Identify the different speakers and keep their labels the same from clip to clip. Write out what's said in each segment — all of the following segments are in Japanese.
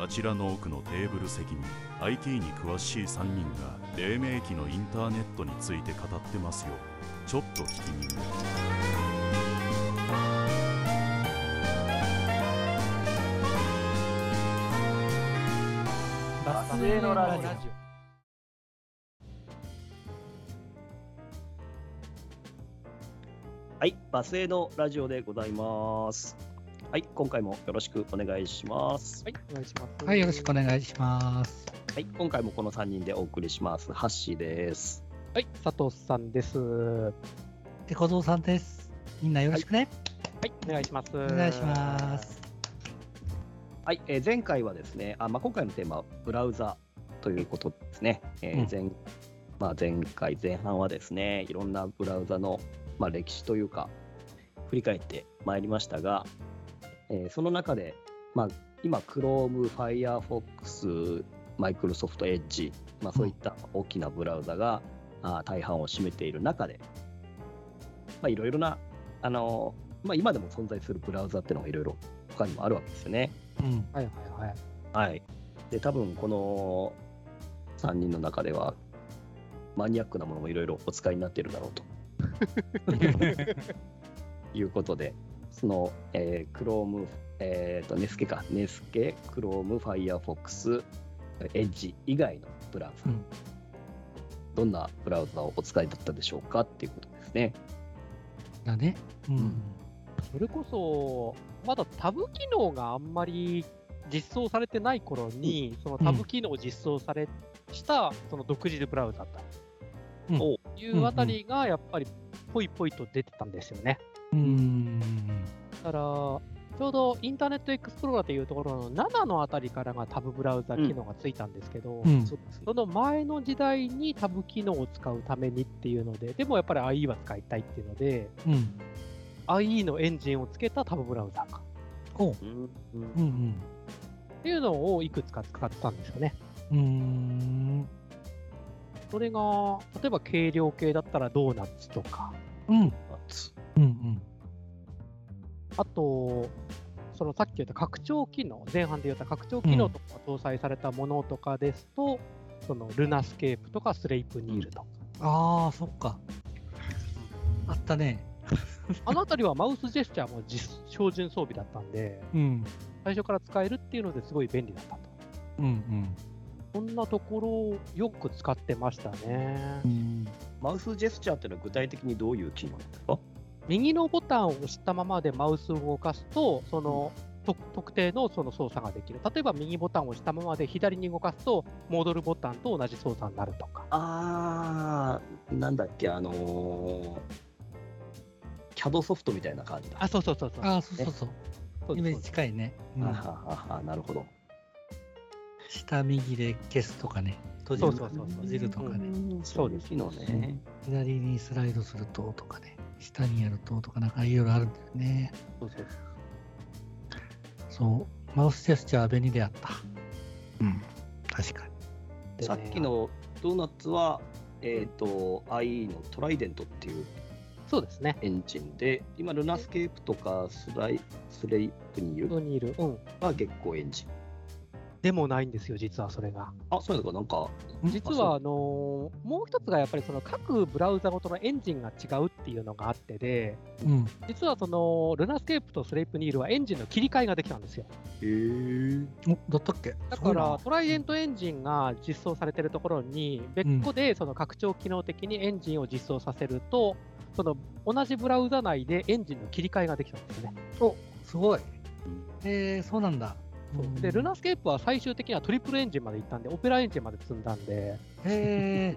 Speaker 1: あちらの奥のテーブル席に IT に詳しい3人が黎明期のインターネットについて語ってますよちょっと聞きに
Speaker 2: バスへのラジオ
Speaker 3: はい、バスへのラジオでございます。はい、今回もよろしくお願いします。
Speaker 2: はい、お願いします。
Speaker 4: はい、よろしくお願いします。
Speaker 3: はい、今回もこの3人でお送りします。ハッシーです。
Speaker 2: はい、佐藤さんです。は
Speaker 4: てこぞうさんです。みんなよろしくね。
Speaker 2: い、お願いします。お
Speaker 4: お願いします。。
Speaker 3: はい、えー前回はですね、あまあ、今回のテーマはブラウザということですね。えー前まあ、前回前半はですね、いろんなブラウザの、まあ、歴史というか、振り返ってまいりましたが、えーその中で、まあ、今、Chrome、Firefox、Microsoft Edge、まあ、そういった大きなブラウザが、あー大半を占めている中で、まあ、いろいろな、あのーまあ、今でも存在するブラウザっていうのがいろいろ他にもあるわけですよね。
Speaker 4: うん。
Speaker 2: はいはいはい。
Speaker 3: はい。で、多分この3人の中では、マニアックなものもいろいろお使いになっているだろうと。いうことで、その、えー、Chrome、えー、と、ネスケか、ネスケ、Chrome、Firefox、Edge 以外のブラウザ、
Speaker 4: うん
Speaker 3: どんなブラウザをお使いだったでしょうかっていうことですね。
Speaker 4: だね。うん。
Speaker 2: それこそ、まだタブ機能があんまり実装されてない頃に、そのタブ機能を実装されした、その独自でブラウザだった。
Speaker 4: うん
Speaker 2: というあたりが、やっぱり、ぽいぽいと出てたんですよね。
Speaker 4: うん。
Speaker 2: だから、ちょうどインターネットエクスプローラーというところの7のあたりからがタブブラウザ機能がついたんですけど、
Speaker 4: うん
Speaker 3: そうですね
Speaker 2: その前の時代にタブ機能を使うためにっていうので、でもやっぱり IE は使いたいっていうので、
Speaker 4: うん。
Speaker 2: IE のエンジンをつけたタブブラウザーか
Speaker 4: おう。
Speaker 3: うん
Speaker 4: うんうん。
Speaker 2: っていうのをいくつか使ってたんですよね。
Speaker 4: うーん。
Speaker 2: それが、例えば軽量系だったらドーナツとか、
Speaker 4: うん。うんうん。
Speaker 2: あと、そのさっき言った拡張機能、前半で言った拡張機能とかが搭載されたものとかですと、そのルナスケープとかスレイプニールとか、
Speaker 4: ああ、そっか。あったね。
Speaker 2: あのあたりはマウスジェスチャーも実標準装備だったんで、
Speaker 4: うん。
Speaker 2: 最初から使えるっていうのですごい便利だったと。
Speaker 4: うん
Speaker 2: そんなところをよく使ってましたね
Speaker 4: う。ん。
Speaker 3: マウスジェスチャーっていうのは具体的にどういう機能なんですか
Speaker 2: 右のボタンを押したままでマウスを動かすと、そのと特定のその操作ができる。例えば右ボタンを押したままで左に動かすと、戻るボタンと同じ操作になるとか。
Speaker 3: あー、なんだっけ、あのー、CAD ソフトみたいな感じだ。
Speaker 2: あ、そうそうそうそう。
Speaker 4: ああ、そうそうそう。
Speaker 2: そうで
Speaker 4: イメ
Speaker 2: す
Speaker 4: ージ近いね。うん
Speaker 3: あはははなるほど。
Speaker 4: 下右で消すとかね。閉じ
Speaker 2: そう
Speaker 4: る
Speaker 2: そうそうそう
Speaker 4: 閉じるとかね。
Speaker 2: そうです
Speaker 3: 機能ね。
Speaker 4: 左にスライドするととかね。下にやるととかなんかいろいろあるんだよね。
Speaker 2: そうそうそう
Speaker 4: そう、マウスジェスチャーは便利であった。うん、確かに。
Speaker 2: でね
Speaker 3: さっきのドーナツは、えっ、と、IE のトライデントっていう
Speaker 2: そうですね。
Speaker 3: エンジンで、今、ルナスケープとかスライスレイプにい
Speaker 2: ここ
Speaker 3: る
Speaker 2: にいる。うん。
Speaker 3: は月光エンジン。
Speaker 2: でもないんですよ、実はそれが。
Speaker 3: あ、そういうのか、なんか、
Speaker 2: 実は、あのーもう一つがやっぱりその各ブラウザごとのエンジンが違うっていうのがあってで、
Speaker 4: うん、
Speaker 2: 実はそのルナスケープとスレイプニールはエンジンの切り替えができたんですよ。
Speaker 3: へー
Speaker 4: おだったっけ
Speaker 2: だ
Speaker 4: す
Speaker 2: か
Speaker 4: ごい
Speaker 2: ら
Speaker 4: な
Speaker 2: トライデントエンジンが実装されてるところに別個でその拡張機能的にエンジンを実装させると、その同じブラウザ内でエンジンの切り替えができたんですよね。
Speaker 4: おすごい。えー、そうなんだ。うん
Speaker 2: で、ルナスケープは最終的にはトリプルエンジンまで行ったんで、オペラエンジンまで積んだんで、
Speaker 4: え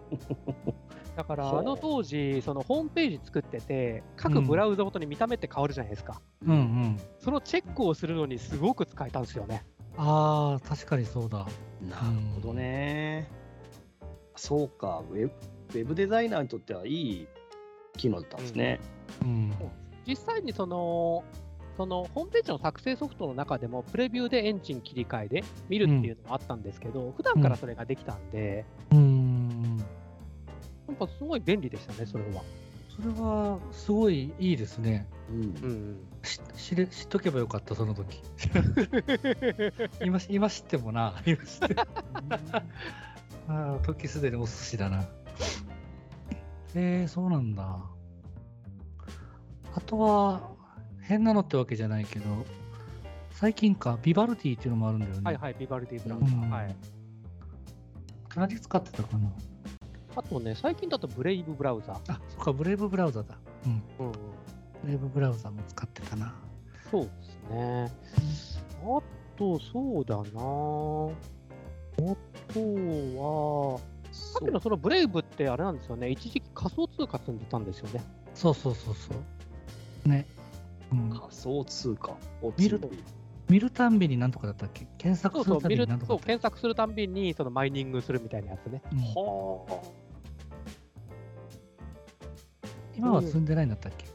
Speaker 2: だから
Speaker 3: そう
Speaker 2: あの当時、そのホームページ作ってて、各ブラウザごとに見た目って変わるじゃないですか。
Speaker 4: ー、うんうん。
Speaker 2: そのチェックをするのにすごく使えたんですよね。
Speaker 4: あー、確かにそうだ。
Speaker 3: なるほどね。そうか、ウェブウェブデザイナーにとってはいい機能だったんですね。
Speaker 4: うん。
Speaker 2: 実際にその、そのホームページの作成ソフトの中でも、プレビューでエンジン切り替えで見るっていうのもあったんですけど、普段からそれができたんで、
Speaker 4: うん。
Speaker 2: やっぱすごい便利でしたね、それは。
Speaker 4: それは、すごいいいですね。
Speaker 3: うん
Speaker 2: うん、
Speaker 4: し知れ知っとけばよかった、その時。 今し、今知ってもな、 今知っても。ああ、時すでにお寿司だな。えー、そうなんだ。あとは、変なのってわけじゃないけど、最近か、ビバルティっていうのもあるんだよね。
Speaker 2: はいはい、ビバルディブランド。
Speaker 4: うん
Speaker 2: はい。
Speaker 4: 何使ってたかな
Speaker 2: あとね、最近だとブレイブブラウザ。
Speaker 4: あ、そっか、ブレイブブラウザだ。うん。
Speaker 2: うんうん、
Speaker 4: ブレイブブラウザも使ってたな。
Speaker 2: そうですね。あと、そうだなぁあとは、さっきのそのブレイブってあれなんですよね、一時期仮想通貨積んでたんですよね。
Speaker 4: そうそうそうそう。ね。うん、
Speaker 3: 仮想通貨を
Speaker 4: 見ると見るたんびに何とかだったっけ検
Speaker 2: そ
Speaker 4: 索
Speaker 2: う
Speaker 4: す
Speaker 2: そ
Speaker 4: る
Speaker 2: う、
Speaker 4: た
Speaker 2: 見
Speaker 4: び
Speaker 2: る
Speaker 4: に何とか
Speaker 2: そ
Speaker 4: だ
Speaker 2: う
Speaker 4: ったっけ
Speaker 2: 検索するたんびにそのマイニングするみたいなやつね。
Speaker 4: うん
Speaker 3: は
Speaker 4: 今は積んでないんだったっけ、
Speaker 2: い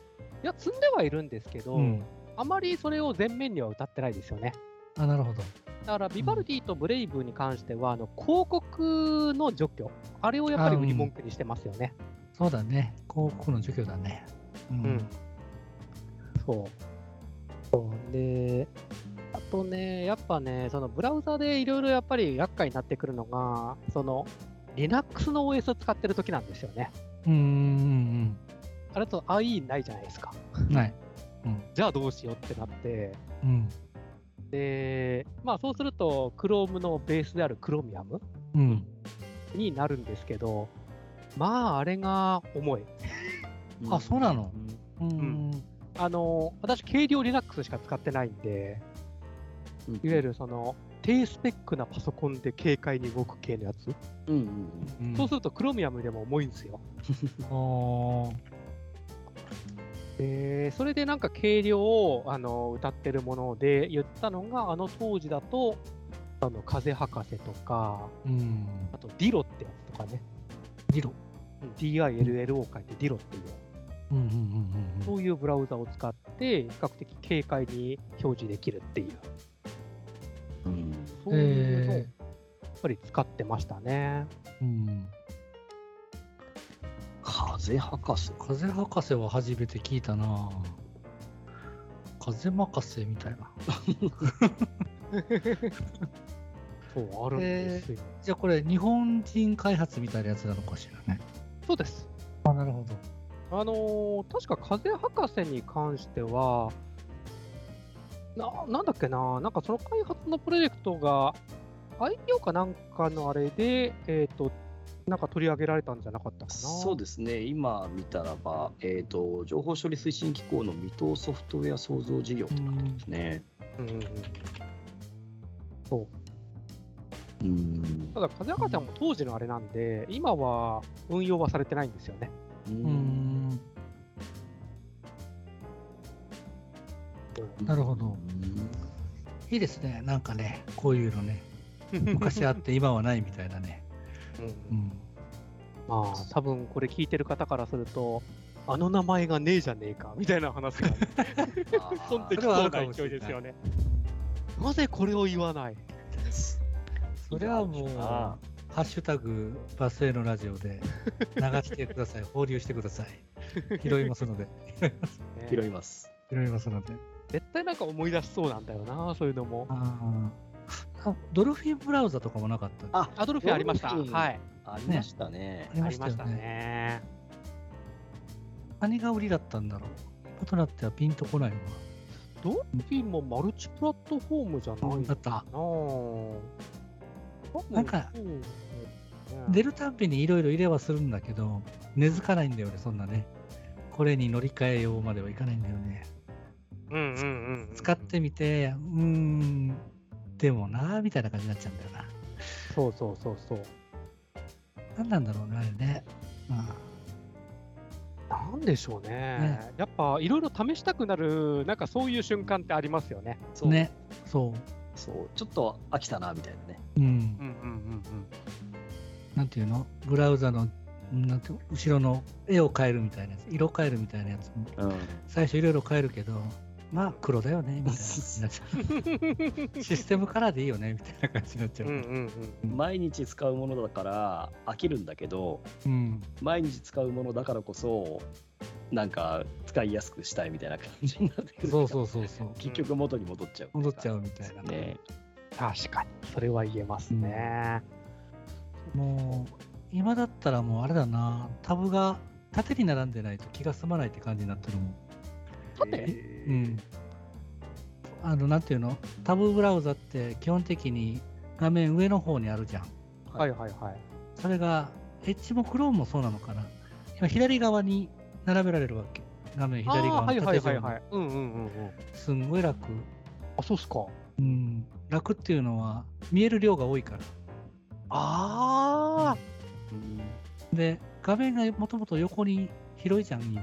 Speaker 2: や、積んではいるんですけど、
Speaker 4: うん、
Speaker 2: あまりそれを前面には歌ってないですよね。
Speaker 4: あ、なるほど。
Speaker 2: だから、ビバルディとブレイブに関しては、あの広告の除去、あれをやっぱり売り文句にしてますよね。
Speaker 4: そうだね。広告の除去だね。うん。
Speaker 2: うんそう。そうで、あとね、やっぱね、そのブラウザでいろいろやっぱり厄介になってくるのが、その Linux の OS を使ってる時なんですよね。
Speaker 4: うんうん
Speaker 2: あれだと IE ないじゃないですか。
Speaker 4: うん。ない。
Speaker 2: じゃあどうしようってなって、
Speaker 4: うん。
Speaker 2: で、まあそうすると Chrome のベースである Chromium
Speaker 4: うん。
Speaker 2: になるんですけど、まああれが重い。
Speaker 4: あ、そうなのうん。
Speaker 2: あの、私軽量 Linux しか使ってないんで、いわゆるその低スペックなパソコンで軽快に動く系のやつ。
Speaker 3: うんうんうん
Speaker 4: うん
Speaker 2: そうするとクロミアムでも重いんですよ。
Speaker 4: あ
Speaker 2: で、それでなんか軽量をあの歌ってるもので言ったのが、あの当時だと、あの風博士とか、
Speaker 4: ーうん。
Speaker 2: あとディロってやつとかね、
Speaker 4: 議論。
Speaker 2: うん DILL を書いてディロっていう、
Speaker 4: うんうんうんうん
Speaker 2: そ。ういうブラウザを使って、比較的軽快に表示できるっていう、
Speaker 3: うん
Speaker 2: そういうのをや
Speaker 4: え
Speaker 2: っぱり使ってました ね。
Speaker 4: ーうん。
Speaker 3: 風博士
Speaker 4: 風博士は初めて聞いたな風任せみたいな。
Speaker 2: そう、あるんですよ。
Speaker 4: じゃあこれ、日本人開発みたいなやつなのかしらね。
Speaker 2: そうです。
Speaker 4: あ、なるほど。
Speaker 2: あのー確か風博士に関してはな、なんだっけな、なんかその開発のプロジェクトが、IPO かなんかのあれで、えっ、と、なんか取り上げられたんじゃなかったかな。
Speaker 3: そうですね、今見たらば、えーと、情報処理推進機構の未踏ソフトウェア創造事業ってなってますね。
Speaker 2: うんうんうん
Speaker 3: うん
Speaker 2: ただ、風博士はもう当時のあれなんで、今は運用はされてないんですよね。
Speaker 4: う
Speaker 3: う
Speaker 4: ー
Speaker 3: ん
Speaker 4: ん。なるほど。いいですね。なんかね、こういう のね。昔あって今はないみたいなね。
Speaker 2: うん
Speaker 4: うん。
Speaker 2: まあ、多分これ聞いてる方からすると、あの名前がねえじゃねえかみたいな話が
Speaker 3: あー
Speaker 2: 飛んでき
Speaker 4: それは
Speaker 2: そうな
Speaker 4: あるか
Speaker 2: 勢
Speaker 4: もしれ
Speaker 2: い
Speaker 4: な
Speaker 2: で
Speaker 4: い
Speaker 2: すよね。なぜこれを言わない
Speaker 4: それはもう、
Speaker 3: あ
Speaker 4: ハッシュタグバスへのラジオで流してくだ さい。放流してください。拾いますので。
Speaker 3: ー拾います。
Speaker 4: 拾いますので。
Speaker 2: 絶対なんか思い出しそうなんだよな、そういうのも。
Speaker 4: ああ。ドルフィンブラウザとかもなかった。あ
Speaker 3: あ
Speaker 2: アドルフィンありました。
Speaker 3: ドルフィン
Speaker 2: はい。
Speaker 3: ありましたね。
Speaker 4: り
Speaker 2: あ
Speaker 4: ま
Speaker 2: り
Speaker 4: した
Speaker 2: ま
Speaker 4: よ
Speaker 2: した
Speaker 4: ね。
Speaker 2: ね。
Speaker 4: 何が売りだったんだろう。今となってはピンとこないわ。
Speaker 2: ドルフィンもマルチプラットフォームじゃない
Speaker 4: だった。
Speaker 2: な
Speaker 4: なんか、
Speaker 2: そうね
Speaker 4: 出るたんびにいろいろ入れはするんだけど、根付かないんだよね、そんなね。これに乗り換えようまではいかないんだよね。
Speaker 2: うんうんうんうん
Speaker 4: 使ってみて、うーん、でもなーみたいな感じになっちゃうんだよな。
Speaker 2: そうそうそうそう。
Speaker 4: 何なんだろうね、あれね。う
Speaker 2: なんでしょうね。
Speaker 4: ね
Speaker 2: やっぱいろいろ試したくなる、なんかそういう瞬間ってありますよね。
Speaker 3: そ
Speaker 4: ん、
Speaker 3: う
Speaker 4: ね、そ
Speaker 3: そうちょっと飽きたなみたいなね。
Speaker 4: う。うん。
Speaker 2: んうん
Speaker 4: なんていうのブラウザの、なんていう後ろの絵を変えるみたいなやつ、色変えるみたいなやつも、最初いろいろ変えるけど、まあ黒だよね、みたいな感じになっちゃう。システムカラーでいいよね、みたいな感じになっちゃ
Speaker 2: うんうん
Speaker 4: う。
Speaker 2: うん
Speaker 3: 毎日使うものだから飽きるんだけど、
Speaker 4: うん。
Speaker 3: 毎日使うものだからこそなんか使いやすくしたいみたいな感じになってくるから
Speaker 4: そうそうそうそう。
Speaker 3: 結局元に戻っちゃう
Speaker 4: 戻っちゃうみたいな。
Speaker 3: ね
Speaker 2: 確かに、それは言えますね。
Speaker 4: もう、今だったらもうあれだな、タブが縦に並んでないと気が済まないって感じになってるもん。
Speaker 2: さて
Speaker 4: う
Speaker 3: え
Speaker 4: ん。あの、なんていうのタブブラウザって基本的に画面上の方にあるじゃん。
Speaker 3: うん
Speaker 2: はいはいはい。
Speaker 4: それが、エッジもクロームもそうなのかな。今、左側に並べられるわけ。画面左側
Speaker 2: あーは
Speaker 4: の
Speaker 2: いは
Speaker 4: 縦
Speaker 2: い
Speaker 4: 上
Speaker 2: はい
Speaker 4: に
Speaker 2: はい。うんうんうんうん。
Speaker 4: すんごい楽。
Speaker 2: あ、そうっすか。
Speaker 4: うん。楽っていうのは、見える量が多いから。
Speaker 2: あ
Speaker 4: で、画面がもともと横に広いじゃん、今。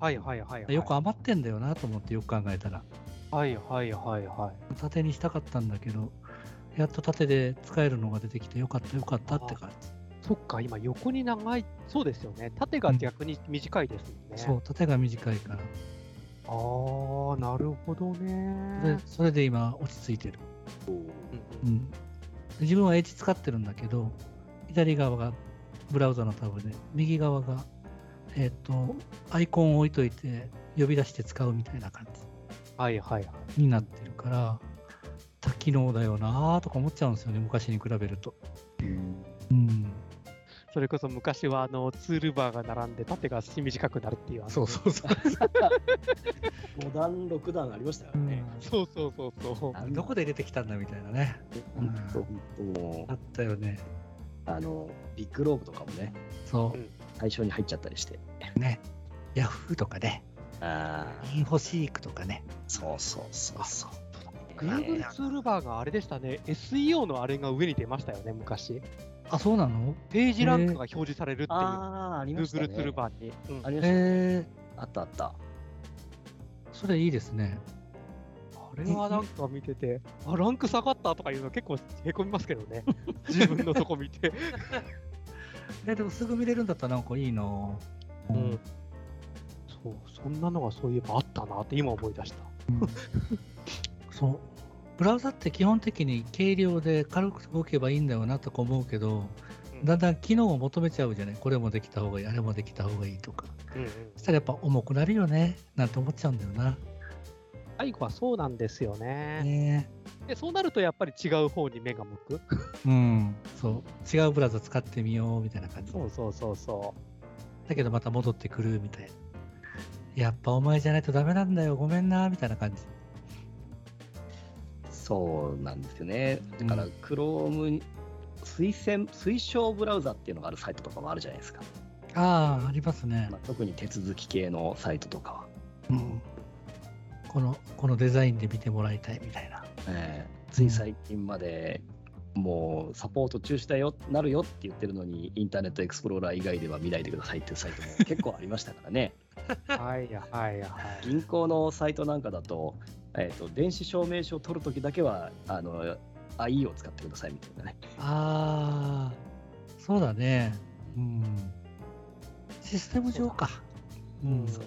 Speaker 2: あ。はいはいはいはい。
Speaker 4: よく余ってんだよなと思ってよく考えたら。
Speaker 2: はいはいはいはい。
Speaker 4: 縦にしたかったんだけど、やっと縦で使えるのが出てきてよかったよかったって感じ。
Speaker 2: そっか、今横に長い、そうですよね。縦が逆に短いですもんね。
Speaker 4: そう、縦が短いか
Speaker 2: あ
Speaker 4: ら。
Speaker 2: あ、なるほど
Speaker 4: で
Speaker 2: ね。
Speaker 4: それで今落ち着いてる。
Speaker 2: うん
Speaker 4: うん、自分は H 使ってるんだけど、左側がブラウザのタブで、右側が、えっとアイコンを置いといて呼び出して使うみたいな感
Speaker 2: はいはいはい。
Speaker 4: じになってるから、多機能だよなとか思っちゃうんですよね、昔に比べると。うん、
Speaker 2: それこそ昔はあのツールバーが並んで縦が短くなるっていう。
Speaker 4: そうそうそう。
Speaker 3: 5段6段ありましたよね、
Speaker 2: そうそうそうそう。
Speaker 3: あの
Speaker 4: どこで出てきたんだみたいなね。
Speaker 3: 本当本当も
Speaker 4: あったよね。
Speaker 3: うあのビッグローブとかもね
Speaker 4: そ
Speaker 3: 対象に入っちゃったりして
Speaker 4: う、ね。ヤフーとかね、
Speaker 3: ああ
Speaker 4: インフォシークとかね。
Speaker 3: そうそうそうそう
Speaker 2: Google
Speaker 3: ね
Speaker 2: ツールバーがあれでしたね。SEO のあれが上に出ましたよね、昔。
Speaker 4: あ、そうなの
Speaker 2: ページランクが表示されるっていう。
Speaker 3: ああありました
Speaker 2: Google
Speaker 3: ね
Speaker 2: ツールバーに。うん
Speaker 3: ありましたね
Speaker 4: え
Speaker 3: あったあった
Speaker 4: ー、それいいですね。
Speaker 2: あれはなんか見てて、あ、ランク下がったとかいうの結構へこみますけど ね。自分のとこ見て。
Speaker 4: えでもすぐ見れるんだったらなんかいいなぁ
Speaker 2: うん。そう、そんなのがそういえばあったなって今思い出した。
Speaker 4: そうブラウザって基本的に軽量で軽く動けばいいんだよなとか思うけど、
Speaker 2: うん
Speaker 4: だんだん機能を求めちゃうじゃないこれもできた方がいいあれもできた方がいいとか
Speaker 2: うんうん、
Speaker 4: そしたらやっぱ重くなるよねなんて思っちゃうんだよな
Speaker 2: 最後はそうなんですよね。
Speaker 4: ね
Speaker 2: で、そうなるとやっぱり違う方に目が向く。
Speaker 4: うんそう違うブラウザ使ってみようみたいな感じ
Speaker 2: そうそうそうそ
Speaker 4: だけどまた戻ってくるみたいなやっぱお前じゃないとダメなんだよごめんなみたいな感じ
Speaker 3: そうなんですよねだから Chrome 推薦推奨ブラウザっていうのがあるサイトとかもあるじゃないですか、
Speaker 4: ああありますね
Speaker 3: まあ、特に手続き系のサイトとかは、
Speaker 4: うんこのこのデザインで見てもらいたいみたいな
Speaker 3: えーつい最近までもうサポート中止だよなるよって言ってるのにインターネットエクスプローラー以外では見ないでくださいっていうサイ トも結構ありましたからね
Speaker 2: う。はいはいはい。
Speaker 3: 銀行のサイトなんかだと,、えー、と電子証明書を取るときだけはあの IE を使ってくださいみたいなね
Speaker 4: ああそうだねうんシステム上かう
Speaker 2: うん
Speaker 4: ん、
Speaker 2: そ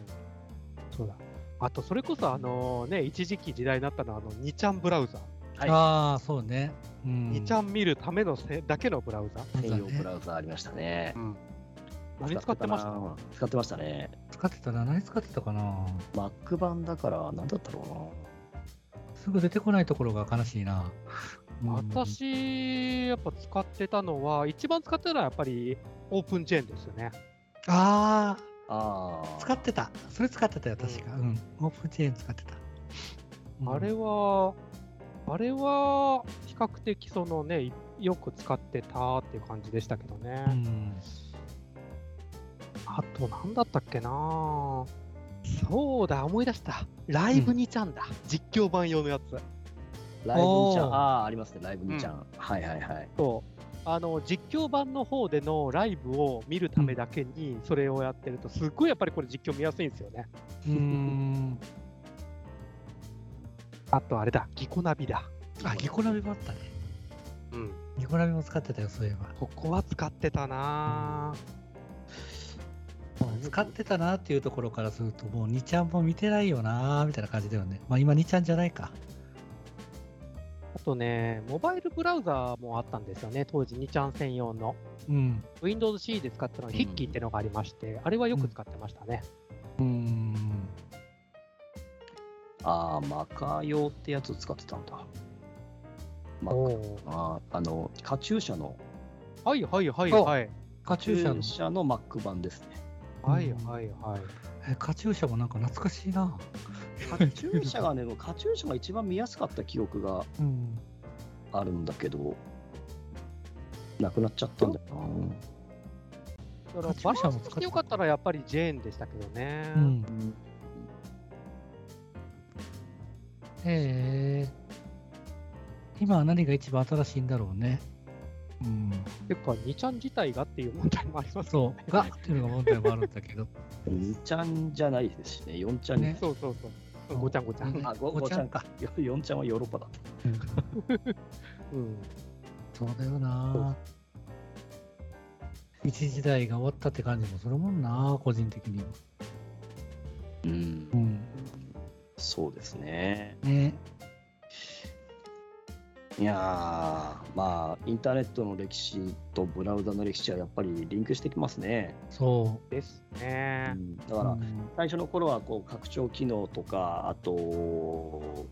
Speaker 2: うだ。あと、それこそ、あのね、一時期時代になったのは、あの、2ちゃんブラウザ。
Speaker 3: はい
Speaker 4: ああそうねうん
Speaker 2: 2ちゃん見るためのせだけのブラウザ。
Speaker 4: そうだ
Speaker 3: 専用ブ
Speaker 4: ね
Speaker 3: ラウザありましたね
Speaker 2: うん。何使ってました
Speaker 3: な使ってましたね
Speaker 4: 使ってたな何使ってたかな
Speaker 3: Mac 版だから何だったろ
Speaker 4: すぐ出てこないところが悲しいな、うん
Speaker 2: 私、やっぱ使ってたのは、一番使ってたのはやっぱりオープンチェーンですよね。
Speaker 4: あ
Speaker 3: うなあ
Speaker 4: あ
Speaker 3: あ
Speaker 4: 使ってたそれ使ってたよ確かうん、オープンチェーン使ってた、うん
Speaker 2: あれは、あれは比較的そのね、いよく使ってたっていう感じでしたけどね。
Speaker 4: うん
Speaker 2: あと、なんだったっけなそうだ、思い出した。ライブ2ちゃんだ。実況版用のやつ。
Speaker 3: ライブ2ちゃん
Speaker 4: おー
Speaker 3: ああーありますねライブ2ちゃん、はいはいはい
Speaker 2: そうあの実況版の方でのライブを見るためだけにそれをやってるとすっごいやっぱりこれ実況見やすいんですよね。
Speaker 4: うーん
Speaker 2: あとあれだ、ギコナビだ。
Speaker 4: あギコラビもあったね
Speaker 2: うん、
Speaker 4: ニコラビも使ってたよ、そういえば。
Speaker 2: ここは使ってたな
Speaker 4: 使ってたなっていうところからすると、もう2ちゃんも見てないよなーみたいな感じだよね。まあ今2ちゃんじゃないか。
Speaker 2: ぁあとね、モバイルブラウザーもあったんですよね、当時2ちゃん専用の。
Speaker 4: うん。
Speaker 2: Windows C で使ったのはヒッキーってのがありまして、あれはよく使ってましたね。
Speaker 4: うーん。
Speaker 3: ああ、マカ用ってやつ使ってたんだ。マカ
Speaker 2: おー
Speaker 3: あーあの、カチューシャの、
Speaker 2: はいはいはいはい。
Speaker 4: カチューシャの。
Speaker 3: の Mac 版ですね。
Speaker 2: はいはいはい。
Speaker 4: えカチューシャもなんか懐かしいな。
Speaker 3: カチューシャ がね、カチューシャが一番見やすかった記憶が
Speaker 4: うん。
Speaker 3: あるんだけど、なくなっちゃったんだよ
Speaker 2: だから
Speaker 4: カチュ
Speaker 2: バ
Speaker 4: ーシャ
Speaker 2: ラ
Speaker 4: も
Speaker 2: ンスとして良かったらやっぱりジェーンでしたけどね。
Speaker 4: うん
Speaker 3: な。。うん
Speaker 4: ええ今は何が一番新しいんだろうね。うん。
Speaker 2: 結構2ちゃん自体がっていう問題もあります
Speaker 4: そう。がっていうのが問題もあるんだけど。
Speaker 3: 2ちゃんじゃないですしね、4ちゃんに。
Speaker 4: ね
Speaker 2: そうそうそう。ごちゃんごちゃん。
Speaker 4: うん
Speaker 3: あ、5,
Speaker 4: ごち
Speaker 3: ち
Speaker 4: ゃ
Speaker 3: ゃ
Speaker 4: ん
Speaker 3: んか。4ちゃんは ヨーロッパだった。
Speaker 2: うん。
Speaker 4: そうだよな。一時代が終わったって感じもするもんな、個人的には。
Speaker 3: うん
Speaker 4: うん。
Speaker 3: そうですね。
Speaker 4: ね。
Speaker 3: いやーまあ、インターネットの歴史とブラウザの歴史はやっぱりリンクしてきますね。
Speaker 4: そ
Speaker 2: です
Speaker 3: う
Speaker 2: ね。
Speaker 3: ん、だ
Speaker 4: う。
Speaker 3: から、
Speaker 4: うん
Speaker 3: 最初の頃はこう拡張機能とか、あと、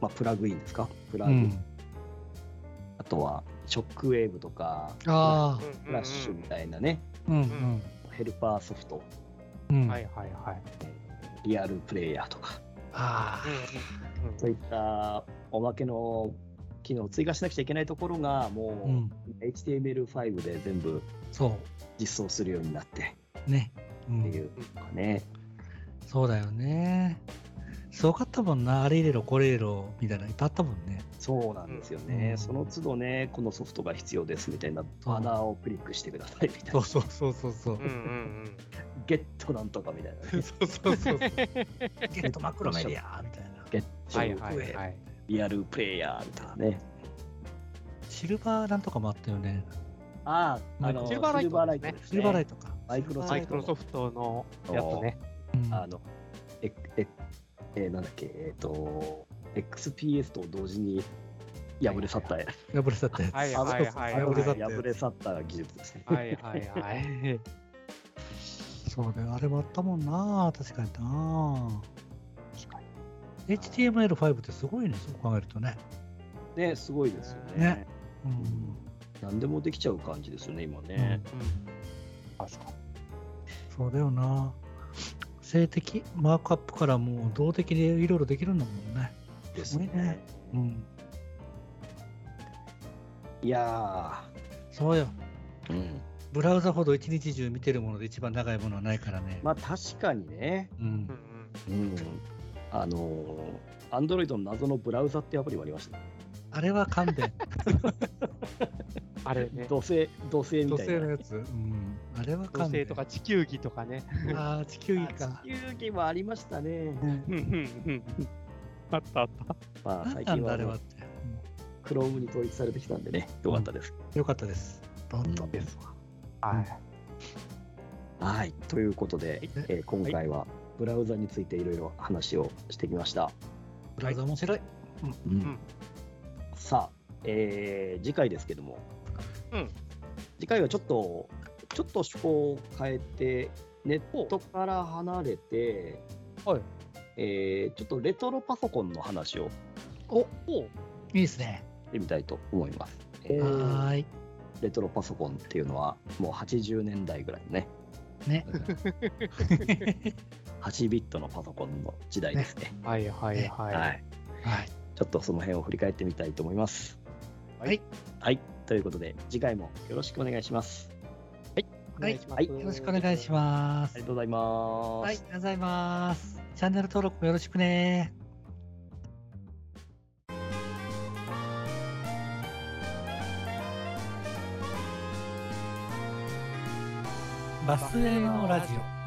Speaker 3: まあ、プラグインですか、プラ
Speaker 4: う
Speaker 3: グイン、
Speaker 4: ん。
Speaker 3: あとはショックウェーブとか、
Speaker 4: あ
Speaker 2: うんうんうん
Speaker 3: フラッシュみたいなね、
Speaker 4: あ。うんうん。
Speaker 3: ヘルパーソフト、
Speaker 4: うん。
Speaker 2: はいはいはい。
Speaker 3: リアルプレイヤーとか、
Speaker 4: ああ。
Speaker 2: うん
Speaker 3: そういったおまけの機能を追加しなくちゃいけないところが、もう、
Speaker 4: うん。
Speaker 3: HTML5 で全部
Speaker 4: そ
Speaker 3: 実装するようになって
Speaker 4: う。ね。う
Speaker 3: ってい
Speaker 4: ん。
Speaker 3: うかね、
Speaker 4: そうだよね。すごかったもんな。あれ入れろ、これ入れろ、みたいなのいっぱいあったもんね。
Speaker 3: そうなんですよね、
Speaker 4: うん
Speaker 3: その都度ね、このソフトが必要ですみたいなバナーをクリックしてくださいみたい
Speaker 4: そう
Speaker 3: な、
Speaker 4: そうそうそうそう。
Speaker 2: うんうんうん。
Speaker 3: ゲットなんとかみたいなね、
Speaker 4: そうそうそう。 ゲットマクロメディアみたいな。
Speaker 3: ゲット
Speaker 2: はいはいはい。
Speaker 3: リアルプレイヤーみたいなね、
Speaker 4: シルバーなんとかもあったよね。
Speaker 3: ああ、あの
Speaker 2: シルバーライト
Speaker 3: ですね
Speaker 4: シルバーライトか。
Speaker 3: マイクロ
Speaker 2: マ
Speaker 3: ソ
Speaker 2: イ
Speaker 3: フ
Speaker 2: ク
Speaker 3: ト
Speaker 2: ロソ
Speaker 3: の
Speaker 2: フトのやつね。
Speaker 4: うん
Speaker 3: あのえええなんだっけ、えっ、と、XPS と同時に破れ去った、
Speaker 4: 破れ去ったやつ。
Speaker 2: はいはいはいはい
Speaker 4: 破れ去ったやつ
Speaker 3: 破れ去った技術ですね。
Speaker 2: はいはいはい。
Speaker 4: そうだよ。あれもあったもんな。確かにな。
Speaker 2: 確かに
Speaker 4: HTML5 ってすごいね。そう考えるとね。
Speaker 3: ね、すごいですよ
Speaker 4: ね
Speaker 3: ね。
Speaker 4: うん。
Speaker 3: 何でもできちゃう感じですよね、今ね。
Speaker 2: 確かに。
Speaker 4: そうだよな。性的マークアップからもう動的でいろいろできるんだもんね。
Speaker 3: です
Speaker 4: すごいね
Speaker 3: ね。
Speaker 4: うん。
Speaker 3: いや
Speaker 4: そうよ。
Speaker 3: ー、うん、
Speaker 4: ブラウザほど一日中見てるもので一番長いものはないからね。
Speaker 3: まあ確かにね、
Speaker 4: うん
Speaker 2: うんう。ん
Speaker 3: うん、あのー、アンドロイドの謎のブラウザってアプリもありましたね。
Speaker 4: あれは勘弁。
Speaker 2: あれね。
Speaker 3: 土星、土星み
Speaker 4: 女
Speaker 3: たい
Speaker 4: 性
Speaker 3: な。
Speaker 4: のやつ。うん。あれは
Speaker 2: 土
Speaker 4: 勘
Speaker 2: 星
Speaker 4: 弁。
Speaker 2: とか地球儀とかね。
Speaker 4: ああ、地球儀
Speaker 3: あ
Speaker 4: か。
Speaker 3: 地球儀もありましたね。
Speaker 2: うんうんうんあったあった。
Speaker 3: まあ
Speaker 4: なん
Speaker 3: 最
Speaker 4: なん
Speaker 3: 近
Speaker 4: だあ
Speaker 3: は
Speaker 4: れはっ
Speaker 3: ね、
Speaker 4: て。
Speaker 3: クロームに統一されてきたんでね、よかったです。
Speaker 4: うんよかったです。どんどん。
Speaker 2: ですわ。はい。
Speaker 3: はい、ということで、えー今回はブラウザについていろいろ話をしてきました。
Speaker 4: ブラウザ面白い。
Speaker 2: ん
Speaker 3: さあ、えー次回ですけども、
Speaker 2: うん
Speaker 3: 次回はちょっとちょっと趣向を変えてネットから離れて、
Speaker 2: はい
Speaker 3: えーちょっとレトロパソコンの話をし
Speaker 2: おお
Speaker 4: いいですね。
Speaker 3: てみたいと思います、えー
Speaker 4: はーい。
Speaker 3: レトロパソコンっていうのはもう80年代ぐらいのね
Speaker 4: ね。
Speaker 3: 8ビットのパソコンの時代ですね
Speaker 2: はいはいはい。
Speaker 3: は い、
Speaker 4: はい。
Speaker 3: ちょっとその辺を振り返ってみたいと思います
Speaker 4: はい。
Speaker 3: はいということで次回もよろしくお願いします
Speaker 2: お願いします
Speaker 3: はい
Speaker 4: よろしくお願いしま
Speaker 3: あ
Speaker 4: す
Speaker 3: りが。とうございま
Speaker 4: は
Speaker 3: す、
Speaker 4: い、ありがとうございます。チャンネル登録もよろしくねバスへのラジオ。